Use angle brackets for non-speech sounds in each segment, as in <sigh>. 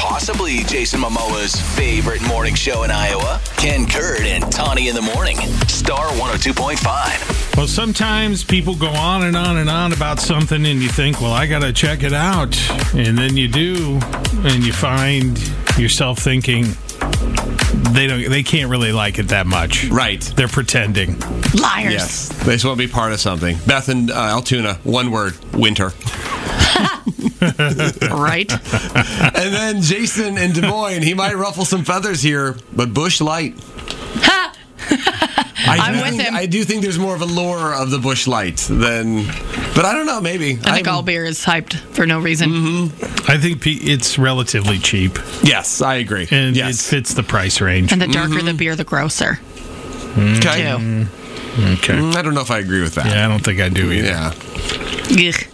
possibly Jason Momoa's favorite morning show in Iowa, Ken Kurd and Tawny in the Morning, Star 102.5. Well, sometimes people go on and on and on about something, and you think, well, I got to check it out. And then you do, and you find yourself thinking, they don't they can't really like it that much. Right. They're pretending. Liars. Yes. They just want to be part of something. Beth and uh, Altoona, one word, winter. <laughs> Right? <laughs> and then Jason in Des Moines, he might ruffle some feathers here, but Bush Light. ha! I I'm do with think, him. I do think there's more of a lore of the Bush Light than, but I don't know. Maybe I think all beer is hyped for no reason. Mm-hmm. I think pe- it's relatively cheap, Yes, I agree. and it yes, fits the price range. And the darker Mm-hmm. the beer, the grosser. okay. Too. Okay. Mm, I don't know if I agree with that. Yeah, I don't think I do either. Yeah. Ugh.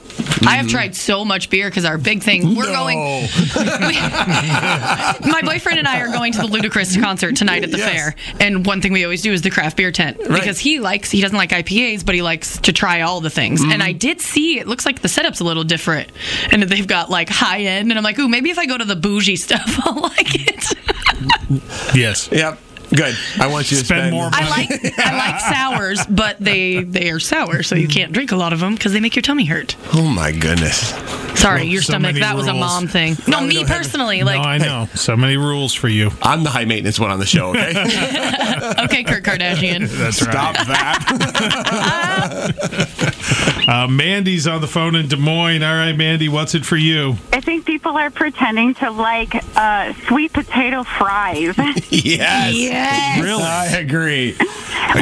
I have tried so much beer because our big thing we're <laughs> going. Mm-hmm. No. My boyfriend and I are going to the Ludacris concert tonight at the Yes. fair, and one thing we always do is the craft beer tent because he likes he doesn't like IPAs, but he likes to try all the things. And Mm-hmm. I did see it looks like the setup's a little different, and they've got like high end, and I'm like, ooh, maybe if I go to the bougie stuff, <laughs> I'll like it. Yes. Yep. Good. I want you to Spend spend, more I like I <laughs> like sours, but they they are sour, so you can't drink a lot of them because they make your tummy hurt. Oh my goodness. Sorry, Well, your so stomach. many That was a rules. mom thing. No, we me don't have- personally. no, Like, I know. So many rules for you. I'm the high maintenance one on the show. Okay. okay, Kurt <laughs> Kardashian. That's right. Stop that. <laughs> Uh, Mandy's on the phone in Des Moines. All right, Mandy, what's it for you? I think people are pretending to like uh, sweet potato fries. yes. Yes. Really? I agree.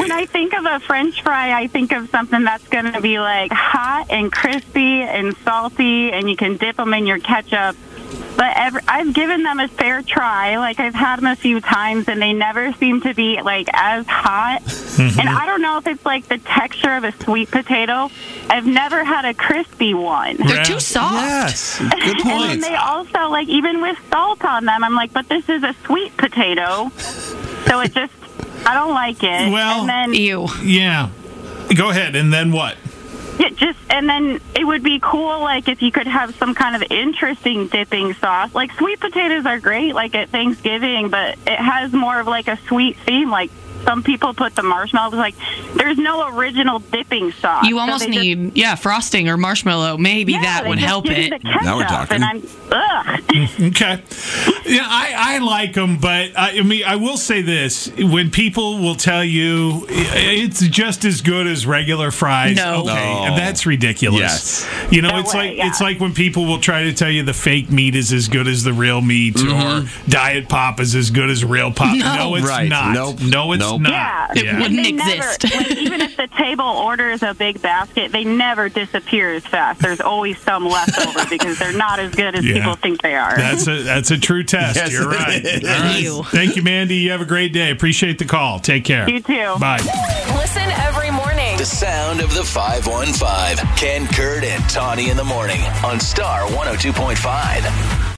when I think of a French fry, I think of something that's going to be like hot and crispy and salty, and you can dip them in your ketchup. But ever, I've given them a fair try. Like I've had them a few times, and they never seem to be like as hot. And I don't know if it's like the texture of a sweet potato. I've never had a crispy one. They're Yeah. too soft. Yes. Good And then point. they also like even with salt on them, I'm like, but this is a sweet potato, so it just I don't like it. Well- and then e Ew. Yeah. Go ahead, and then what? it just and then it would be cool like if you could have some kind of interesting dipping sauce. Like sweet potatoes are great like at Thanksgiving, but it has more of like a sweet theme. Like some people put the marshmallows like there's no original dipping sauce. You So almost they just- need yeah frosting or marshmallow. Maybe Yeah, that they would just help give you it. the ketchup, Now we're talking. And I'm, ugh. Okay. Yeah, I, I like them, but I, I mean, I will say this: when people will tell you it's just as good as regular fries, No. okay, No. that's ridiculous. Yes. You know, No it's way, like yeah. it's like when people will try to tell you the fake meat is as good as the real meat, or diet pop is as good as real pop. No, No. it's Mm-hmm. Right. not. Nope. No, it's Nope. not. Yeah. It wouldn't They exist. Never, like, even if the table orders a big basket, they never disappear as fast. There's always some left over because they're not as good as Yeah. people think they are. That's a that's a true test. Yes, You're it right. is. All right. Ew. Thank you, Mandy. You have a great day. Appreciate the call. Take care. You too. Bye. Listen every morning. The sound of the oh 515. Ken Kurd and Tawny in the Morning on Star 102.5.